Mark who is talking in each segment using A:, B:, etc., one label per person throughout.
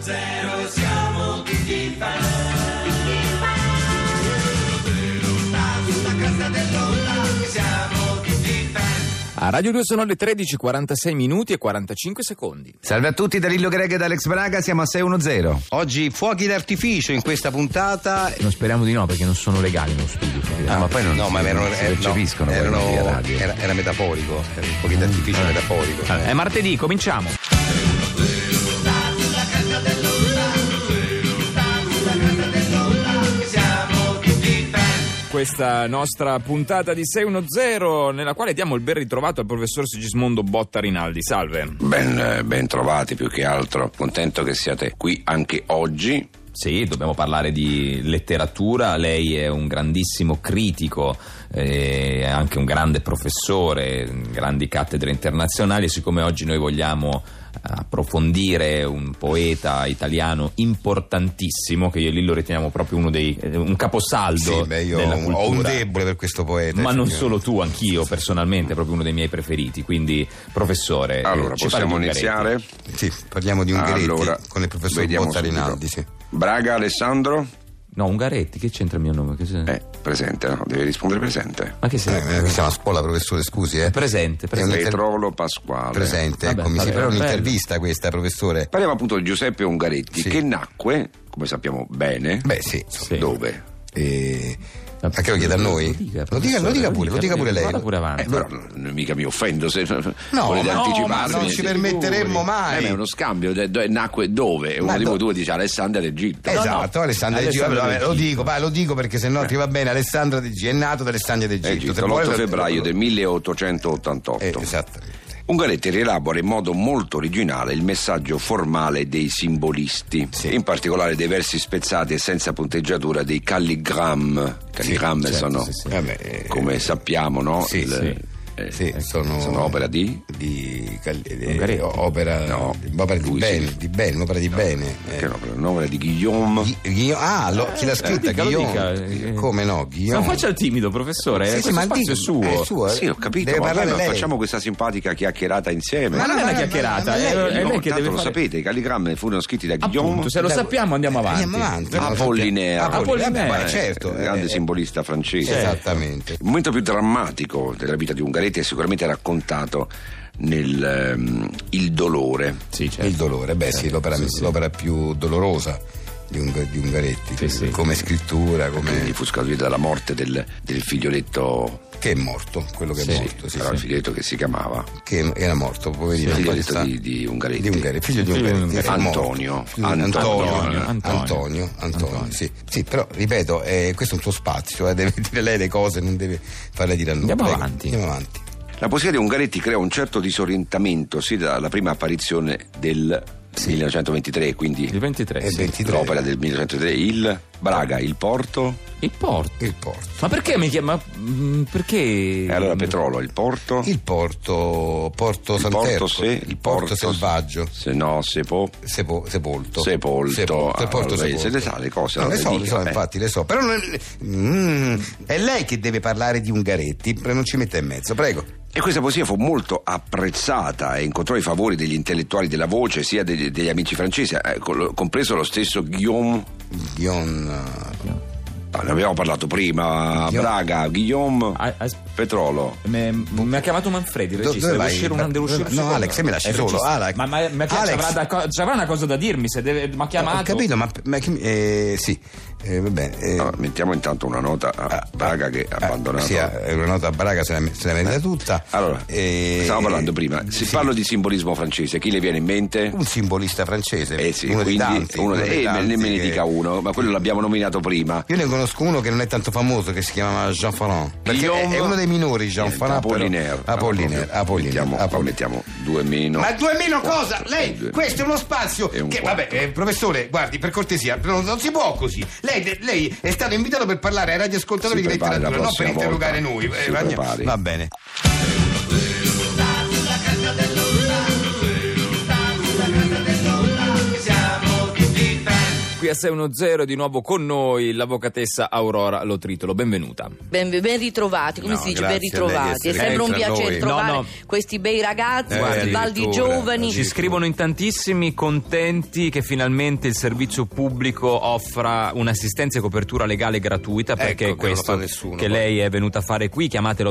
A: zero siamo tutti fan. Tutti fan. Sulla casa dell'onda siamo tutti fan.
B: A Radio 2 sono le 13:46 minuti e 45 secondi.
C: Salve a tutti da Lillo Greg e da Alex Braga, siamo a 610.
D: Oggi fuochi d'artificio in questa puntata.
E: Eh,
B: Non speriamo di no perché non sono legali uno studio.
C: Ah, ma poi non
D: no, ma
C: si-
D: erano,
C: non si
D: eh, no,
C: percepiscono poi
D: erano- eh,
C: via radio.
D: era, era metaforico, era un fuochi d'artificio metaforico.
F: Ah.
B: È martedì, cominciamo. Questa nostra puntata di 610 nella quale diamo il ben ritrovato al professor Sigismondo Botta Rinaldi. Salve.
E: Ben, ben trovati più che altro, contento che siate qui anche oggi.
F: Sì, dobbiamo parlare di letteratura, lei è un grandissimo critico, eh, è anche un grande professore, grandi cattedre internazionali e siccome oggi noi vogliamo approfondire un poeta italiano importantissimo che io lì lo riteniamo proprio uno dei eh, un caposaldo
D: Sì, beh, io
F: della
D: ho un, ho un
F: cultura.
D: debole per questo poeta.
F: ma non
D: effettivamente.
F: solo tu, anch'io personalmente, è proprio uno dei miei preferiti. Quindi, professore, eh,
E: Allora,
F: ci parli
E: possiamo
F: di Ungaretti.
E: iniziare?
D: Sì, parliamo di Ungheretti
E: Allora,
D: con il professor
E: vediamo
D: Botta
E: subito.
D: Rinaldi. Sì.
E: Braga Alessandro?
F: No, Ungaretti, che c'entra il mio nome? Che se-
E: Eh, presente, no? Devi rispondere presente.
F: Ma che sei?
D: Eh, eh, questa è una scuola, professore, scusi, eh.
F: Presente,
D: È un
F: presente.
D: inter-
E: Petrolo Pasquale.
D: presente,
F: Vabbè,
D: ecco, mi
F: vabbè,
D: sembra
F: bello.
D: un'intervista questa, professore.
E: Parliamo appunto di Giuseppe Ungaretti
D: Sì.
E: che nacque, come sappiamo bene,
D: Beh, sì.
F: Sì.
E: dove?
D: Eh, ma che lo chieda a noi?
F: Lo dica,
D: Lo dica, lo
F: professore,
D: dica pure, lo dica pure lei.
F: Vada pure avanti.
E: Eh, però non- mica mi offendo se volete
D: ma no, ma
E: anticiparmi.
D: non ci permetteremmo
E: Eh,
D: mai.
E: ma è uno scambio, de- de- nacque dove? Uno
D: Ma
E: di
D: do-
E: voi due dice Alessandra d'Egitto.
D: Esatto,
F: Alessandra
D: Alessandra d'Egitto, vabbè,
F: d'Egitto.
D: lo dico, vai, lo dico perché
E: Eh.
D: sennò ti va bene, Alessandra d'Egitto, è nato da Alessandria d'Egitto. Se
E: Egitto,
D: vuoi-
E: l'8 Eh, febbraio del 1888.
D: Eh, esattamente.
E: Ungaretti rielabora in modo molto originale il messaggio formale dei simbolisti,
D: Sì.
E: in particolare dei versi spezzati e senza punteggiatura dei calligram. Calligramme
F: certo,
E: sono,
F: sì, sì.
D: Vabbè, eh,
E: come sappiamo, no?
D: sì,
F: sì.
E: Oh, eh,
D: Sì, sono,
E: sono opera di?
D: di Cal- eh,
F: Ungaretti.
D: opera,
E: No,
D: opera di,
E: lui sì.
D: bene, di bene, un'opera di bene. eh.
E: Che opera? Un'opera di Guillaume.
D: Ghi- Ghi- ah, lo-
E: Eh,
D: chi l'ha scritta?
F: dica, lo
D: Guillaume.
F: dica, eh.
D: Come no, Guillaume.
F: Non faccia il timido, professore.
D: Sì,
F: eh,
D: sì,
F: questo
D: ma
F: spazio
D: dica-
F: è suo.
D: è suo, eh.
E: sì, ho capito,
D: Deve
E: ma,
D: parlare
E: ma
D: lei.
E: facciamo questa simpatica chiacchierata insieme.
F: Ma
D: Ma
F: non è
D: ma-
F: una
D: ma-
F: chiacchierata,
D: ma- ma-
F: eh,
D: ma-
F: è
E: No,
F: lei che
E: tanto
F: deve
E: lo
F: fare-
E: sapete, i calligrammi furono scritti da Guillaume.
F: Appunto, se lo sappiamo andiamo avanti.
D: Andiamo avanti.
E: Apollinea.
F: Apollinea.
D: Ma
F: Eh,
D: certo. eh,
E: grande
D: eh, Esatto.
E: simbolista francese.
D: Esattamente.
E: Il momento più drammatico della vita di Ungaretti è sicuramente raccontato nel ehm, Il dolore.
F: Sì, certo.
D: Il dolore, beh sì, l'opera, l'opera più dolorosa di, Ung- di Ungaretti,
F: Sì, sì.
D: come scrittura, come...
E: Quindi fu scaturita dalla morte del, del figlioletto.
D: che è morto, quello che è morto, sì,
E: però
D: sì.
E: il figlioletto che si chiamava
D: che era morto, poverino.
E: Sì,
D: poi
E: figlioletto
D: sta-
E: di- di Ungaretti.
D: Di Ungaretti, figlio di
F: Figlio di
D: Ungaretti.
F: Ungaretti.
D: era morto.
E: Antonio.
D: Figlio di
E: Antonio.
D: Antonio. Antonio.
F: Antonio.
D: Antonio, Sì. Sì, però ripeto, eh, questo è un suo spazio, eh, deve dire lei le cose, non deve farle dire a noi.
F: Andiamo
D: Prego,
F: avanti.
D: Andiamo avanti.
E: La poesia di Ungaretti crea un certo disorientamento sin dalla prima apparizione del 1923, quindi
F: Il 23.
D: Eh,
F: sì.
D: 23.
E: l'opera del 1923, il Braga, il porto,
F: Il porto.
D: Il porto.
F: Ma perché mi chiama? mm, Perché?
D: Eh,
E: e allora Petrolo, il porto,
D: Il porto, porto
E: il
D: Sant'Erco,
E: porto, se,
D: il porto selvaggio,
E: se no, se può,
D: sepo- sepolto.
E: Sepolto,
D: il porto
E: allora,
D: sepolto.
E: se le sa le cose,
D: No,
E: allora
D: le so,
E: dica,
D: le so,
E: eh.
D: infatti le so, però non è, Mm, è lei che deve parlare di Ungaretti, pre- non ci metta in mezzo, prego.
E: E questa poesia fu molto apprezzata e incontrò i favori degli intellettuali della voce, sia degli, degli amici francesi, eh, col- compreso lo stesso Guillaume.
D: Dion...
E: Ah, Ne abbiamo parlato prima,
D: Guillaume.
E: Braga, Guillaume,
F: Ah, as-
E: Petrolo.
F: me- mi ha chiamato Manfredi, il
D: Do-
F: regista.
D: dove
F: Devo
D: vai?
F: uscire un, devo uscire un
D: No,
F: secondo.
D: Alex, se mi lasci
F: È il
D: solo,
F: regista.
D: Alex.
F: Ma, ma, ma che
D: Alex.
F: c'avrà, da co- c'avrà una cosa da dirmi? Se deve, mi ha chiamato.
D: Ho capito, ma, ma chi- eh, sì, eh, va bene. eh,
E: Allora, mettiamo intanto una nota a Braga che ha
D: ah,
E: Ah, abbandonato.
D: Sì, è una nota a Braga, se la, me- se la merita tutta.
E: Allora,
D: Eh,
E: stavo parlando prima, se
D: sì,
E: parlo di simbolismo francese, chi le viene in mente?
D: Un simbolista francese,
E: Eh sì,
D: uno
E: quindi
D: dei tanti.
E: uno
D: uno
E: dei-
D: dei
E: eh, me-
D: tanti
E: ne, me ne
D: che-
E: dica uno, ma quello l'abbiamo nominato prima.
D: Io ne conosco uno che non è tanto famoso, che si chiama Jean Farand. Perché è-
E: Guillaume-
D: è uno dei minori, Jean
E: Niente,
D: Farand. però-
E: Apollinaire.
D: Apollinaire,
E: Ah, proprio.
D: Apollinaire,
E: Mettiamo, poi
D: Apollinaire.
E: mettiamo due meno.
D: Ma due meno
E: Quattro,
D: cosa? Lei,
E: due
D: questo è uno spazio
E: E un
D: che,
E: quattro.
D: vabbè, eh, professore, guardi, per cortesia, non, non si può così. Lei, de- lei è stato invitato per parlare ai radioascoltatori
E: Si
D: di
E: prepari la
D: letteratura, non per
E: prossima
D: interrogare
E: volta.
D: noi. Eh,
E: Si
D: va-
E: prepari.
D: va bene.
E: Qui
B: qui a 610 è di nuovo con noi l'avvocatessa Aurora Lotritolo. Benvenuta.
G: Ben, ben ritrovati, come
D: No,
G: si
D: grazie
G: dice? Ben
D: a lei di
G: ritrovati. È
D: essere
G: sempre un
D: qui tra
G: piacere
D: noi.
G: trovare
B: No, no.
G: questi bei ragazzi,
D: Eh,
G: questi baldi
D: addirittura,
G: giovani.
B: Ci scrivono in tantissimi contenti che finalmente il servizio pubblico offra un'assistenza e copertura legale gratuita
D: Ecco
B: perché
D: che
B: è
D: non lo
B: questo
D: fa nessuno,
B: che
D: poi.
B: lei è venuta a fare qui. Chiamate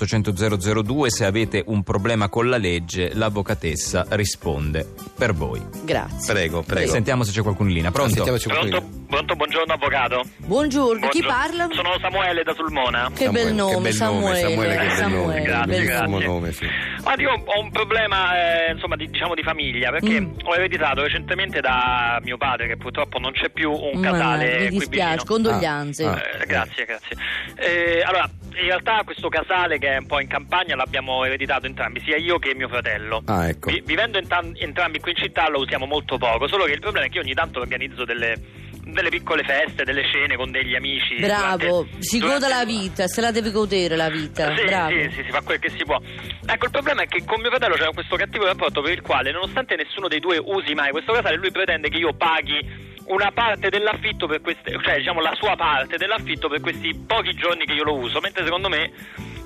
B: l'800 002 se avete un problema con la legge, l'avvocatessa risponde per voi.
G: Grazie.
D: Prego, prego.
B: Sentiamo se c'è qualcuno in linea. Pronto?
D: Sentiamoci con
H: Pronto,
D: lui.
H: pronto, buongiorno avvocato.
G: Buongiorno, chi
H: Buongiorno.
G: parla?
H: Sono Samuele da Sulmona.
G: Che
D: Samuele,
G: bel nome,
D: che bel nome,
G: Samuele.
D: Samuele, che bel
G: Samuele,
D: nome,
H: grazie,
G: bel
H: grazie.
D: Bellissimo nome, sì.
H: Ma io ho un problema, eh, insomma, di- diciamo di famiglia, perché
G: Mm.
H: ho ereditato recentemente da mio padre, che purtroppo non c'è più, un
G: Ma
H: casale
G: mi
H: qui
G: dispiace,
H: vicino.
G: condoglianze.
D: Ah,
H: Eh, grazie, grazie. Eh, allora, in realtà questo casale che è un po' in campagna l'abbiamo ereditato entrambi, sia io che mio fratello.
D: Ah, ecco.
H: Vi- vivendo entan- entrambi qui in città lo usiamo molto poco, solo che il problema è che io ogni tanto organizzo delle, delle piccole feste, delle cene con degli amici.
G: Bravo,
H: durante-
G: si
H: durante-
G: goda la vita, se la deve godere la vita.
H: sì,
G: Bravo.
H: Sì, sì, si fa quel che si può. Ecco, il problema è che con mio fratello c'era questo cattivo rapporto per il quale, nonostante nessuno dei due usi mai questo casale, lui pretende che io paghi una parte dell'affitto per queste, cioè diciamo la sua parte dell'affitto per questi pochi giorni che io lo uso, mentre secondo me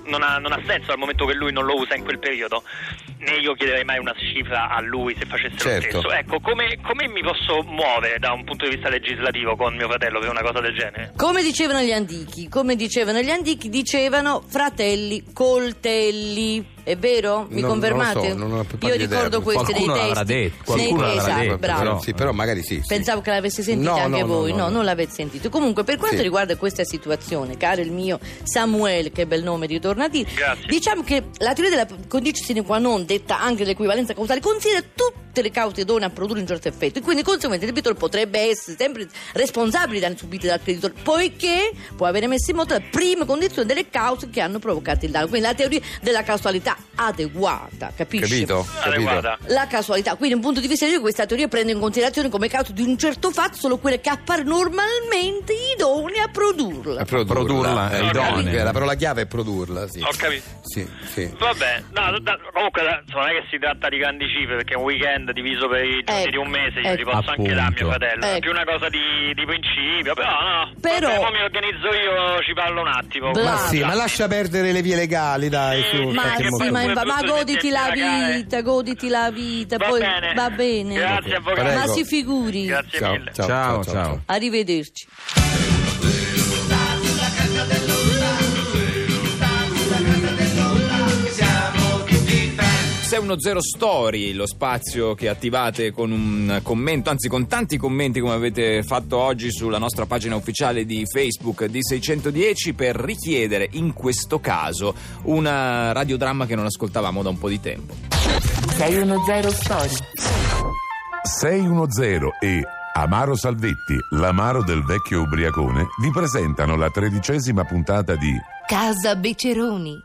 H: non ha, non ha senso dal momento che lui non lo usa in quel periodo. Né io chiederei mai una cifra a lui se facesse
D: Certo.
H: lo stesso. Ecco, come, come mi posso muovere da un punto di vista legislativo con mio fratello per una cosa del genere?
G: Come dicevano gli antichi, come dicevano gli antichi, dicevano fratelli coltelli. È vero? Mi
D: Non- non
G: confermate?
D: lo so, non ho più
G: Io
D: idea.
G: ricordo queste
F: Qualcuno
G: dei testi.
F: l'avrà detto,
G: Nei-
F: qualcuno l'avrà
G: esatto,
F: detto,
G: bravo.
F: però-
D: Sì, però magari sì. sì.
G: Pensavo che l'aveste sentita
D: No, no,
G: anche
D: no,
G: voi, no,
D: no, no.
G: non l'avete sentito. Comunque, per quanto
D: Sì.
G: riguarda questa situazione, caro il mio Samuel, che bel nome di ritornativo,
H: Grazie.
G: diciamo che la teoria della condice sine qua non, detta anche l'equivalenza causale, considera tutte le cause idonee a produrre un certo effetto e quindi conseguentemente il debitore potrebbe essere sempre responsabile dei danni subiti dal creditore, poiché può avere messo in moto le prime condizioni delle cause che hanno provocato il danno. Quindi la teoria della causalità adeguata, capisci?
D: Capito?
H: Allora,
D: Capito?
H: guarda.
G: la casualità. Quindi, un punto di vista io questa teoria prende in considerazione come causa di un certo fatto solo quelle che appare normalmente idonee a produrla.
D: A Produrla,
F: Produrla,
D: eh,
F: è
D: idonea.
F: idonea.
D: La parola chiave è produrla, sì.
H: Ho capito.
D: Sì, sì.
H: Vabbè, no, da- comunque da- insomma, non è che si tratta di grandi cifre perché un weekend diviso per i giorni
G: Ecco,
H: di un mese io li
G: ecco.
H: posso anche dare a
F: Appunto.
H: mio fratello.
G: Ecco.
H: È più una cosa di, di principio, però no.
G: Però-
H: Vabbè, poi mi organizzo io, ci parlo un attimo.
G: Bravo.
H: Guarda.
D: Ma sì, ma lascia perdere le vie legali, dai.
H: Sì,
D: su, in
G: Ma,
D: qualche
G: sì,
D: modo.
G: ma,
H: pure
G: ma
H: tutto il
G: goditi la
H: legale.
G: vita, goditi la vita,
H: eh. Va
G: poi
H: bene.
G: va bene.
H: Grazie, avvocato.
G: Ma
D: Prego.
G: si figuri.
H: Grazie
D: Ciao,
H: mille.
D: ciao,
F: Ciao,
D: ciao,
F: ciao.
D: ciao.
G: Arrivederci.
A: siamo tutti fan.
B: 610 Story, lo spazio che attivate con un commento, anzi con tanti commenti come avete fatto oggi sulla nostra pagina ufficiale di Facebook di 610 per richiedere in questo caso una radiodramma che non ascoltavamo da un po' di tempo.
I: 610 Story.
J: 610 e Amaro Salvetti, l'amaro del vecchio ubriacone, vi presentano la tredicesima puntata di
I: Casa Beceroni.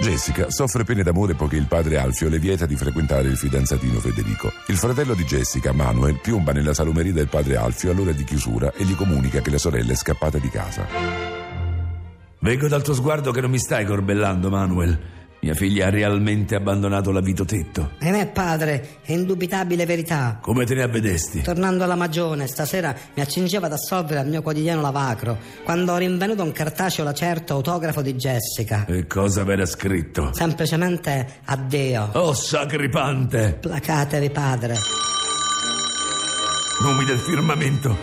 J: Jessica soffre pene d'amore poiché il padre Alfio le vieta di frequentare il fidanzatino Federico. Il fratello di Jessica, Manuel, piomba nella salumeria del padre Alfio all'ora di chiusura e gli comunica che la sorella è scappata di casa.
K: Leggo dal tuo sguardo che non mi stai corbellando, Manuel. Mia figlia ha realmente abbandonato la Vitotetto.
L: E me Eh, padre, è indubitabile verità.
K: Come te ne avvedesti?
L: Tornando alla magione, stasera mi accingeva ad assolvere al mio quotidiano lavacro, quando ho rinvenuto un cartaceo lacerto autografo di Jessica.
K: E cosa v'era scritto?
L: Semplicemente addio.
K: Oh, sacripante!
L: Placatevi padre.
K: Nomi del firmamento!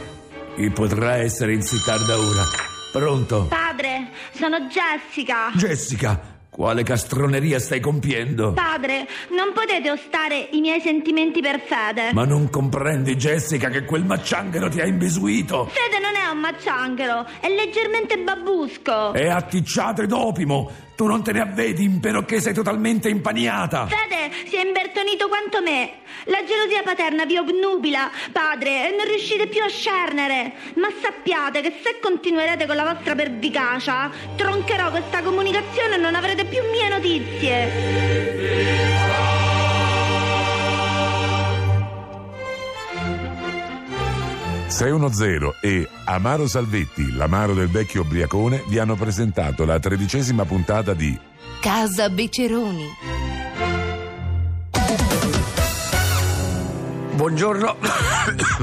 K: Chi potrà essere in sitar da ora? Pronto?
M: Padre, sono Jessica.
K: Jessica, quale castroneria stai compiendo?
M: Padre, non potete ostare i miei sentimenti per fede.
K: Ma non comprendi, Jessica, che quel maccianghero ti ha imbisuito!
M: Fede non è un maccianghero, è leggermente babbusco.
J: Eh.
K: È atticciato ed opimo! Tu non te ne avvedi, impero che sei totalmente impaniata!
M: Fede si è imbertonito quanto me. La gelosia paterna vi obnubila, padre, e non riuscite più a scernere. Ma sappiate che se continuerete con la vostra pervicacia, troncherò questa comunicazione e non avrete più mie notizie.
J: 610 e Amaro Salvetti, l'amaro del vecchio ubriacone, vi hanno presentato la tredicesima puntata di
I: Casa Beceroni.
N: Buongiorno.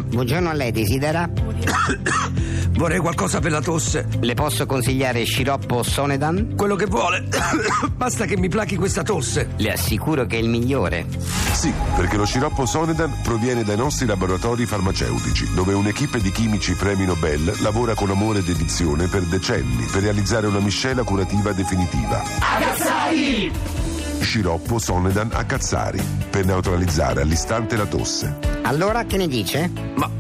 L: Buongiorno a lei, desidera?
N: Vorrei qualcosa per la tosse.
L: Le posso consigliare sciroppo Sonedan?
N: Quello che vuole. Basta che mi plachi questa tosse.
L: Le assicuro che è il migliore.
J: Sì, perché lo sciroppo Sonedan proviene dai nostri laboratori farmaceutici, dove un'equipe di chimici premi Nobel lavora con amore ed edizione per decenni per realizzare una miscela curativa definitiva.
O: Agazzari!
J: Sciroppo Sonedan a Cazzari, per neutralizzare all'istante la tosse.
L: Allora che ne dice?
N: Ma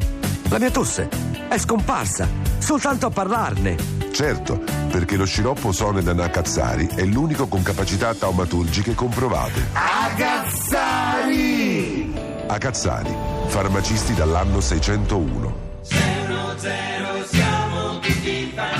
N: la mia tosse è scomparsa. Soltanto a parlarne.
J: Certo, perché lo sciroppo Sonedan a Cazzari è l'unico con capacità taumaturgiche comprovate.
O: Agazzari!
J: A Cazzari, farmacisti dall'anno 601.
O: Zero, zero, siamo tutti fan.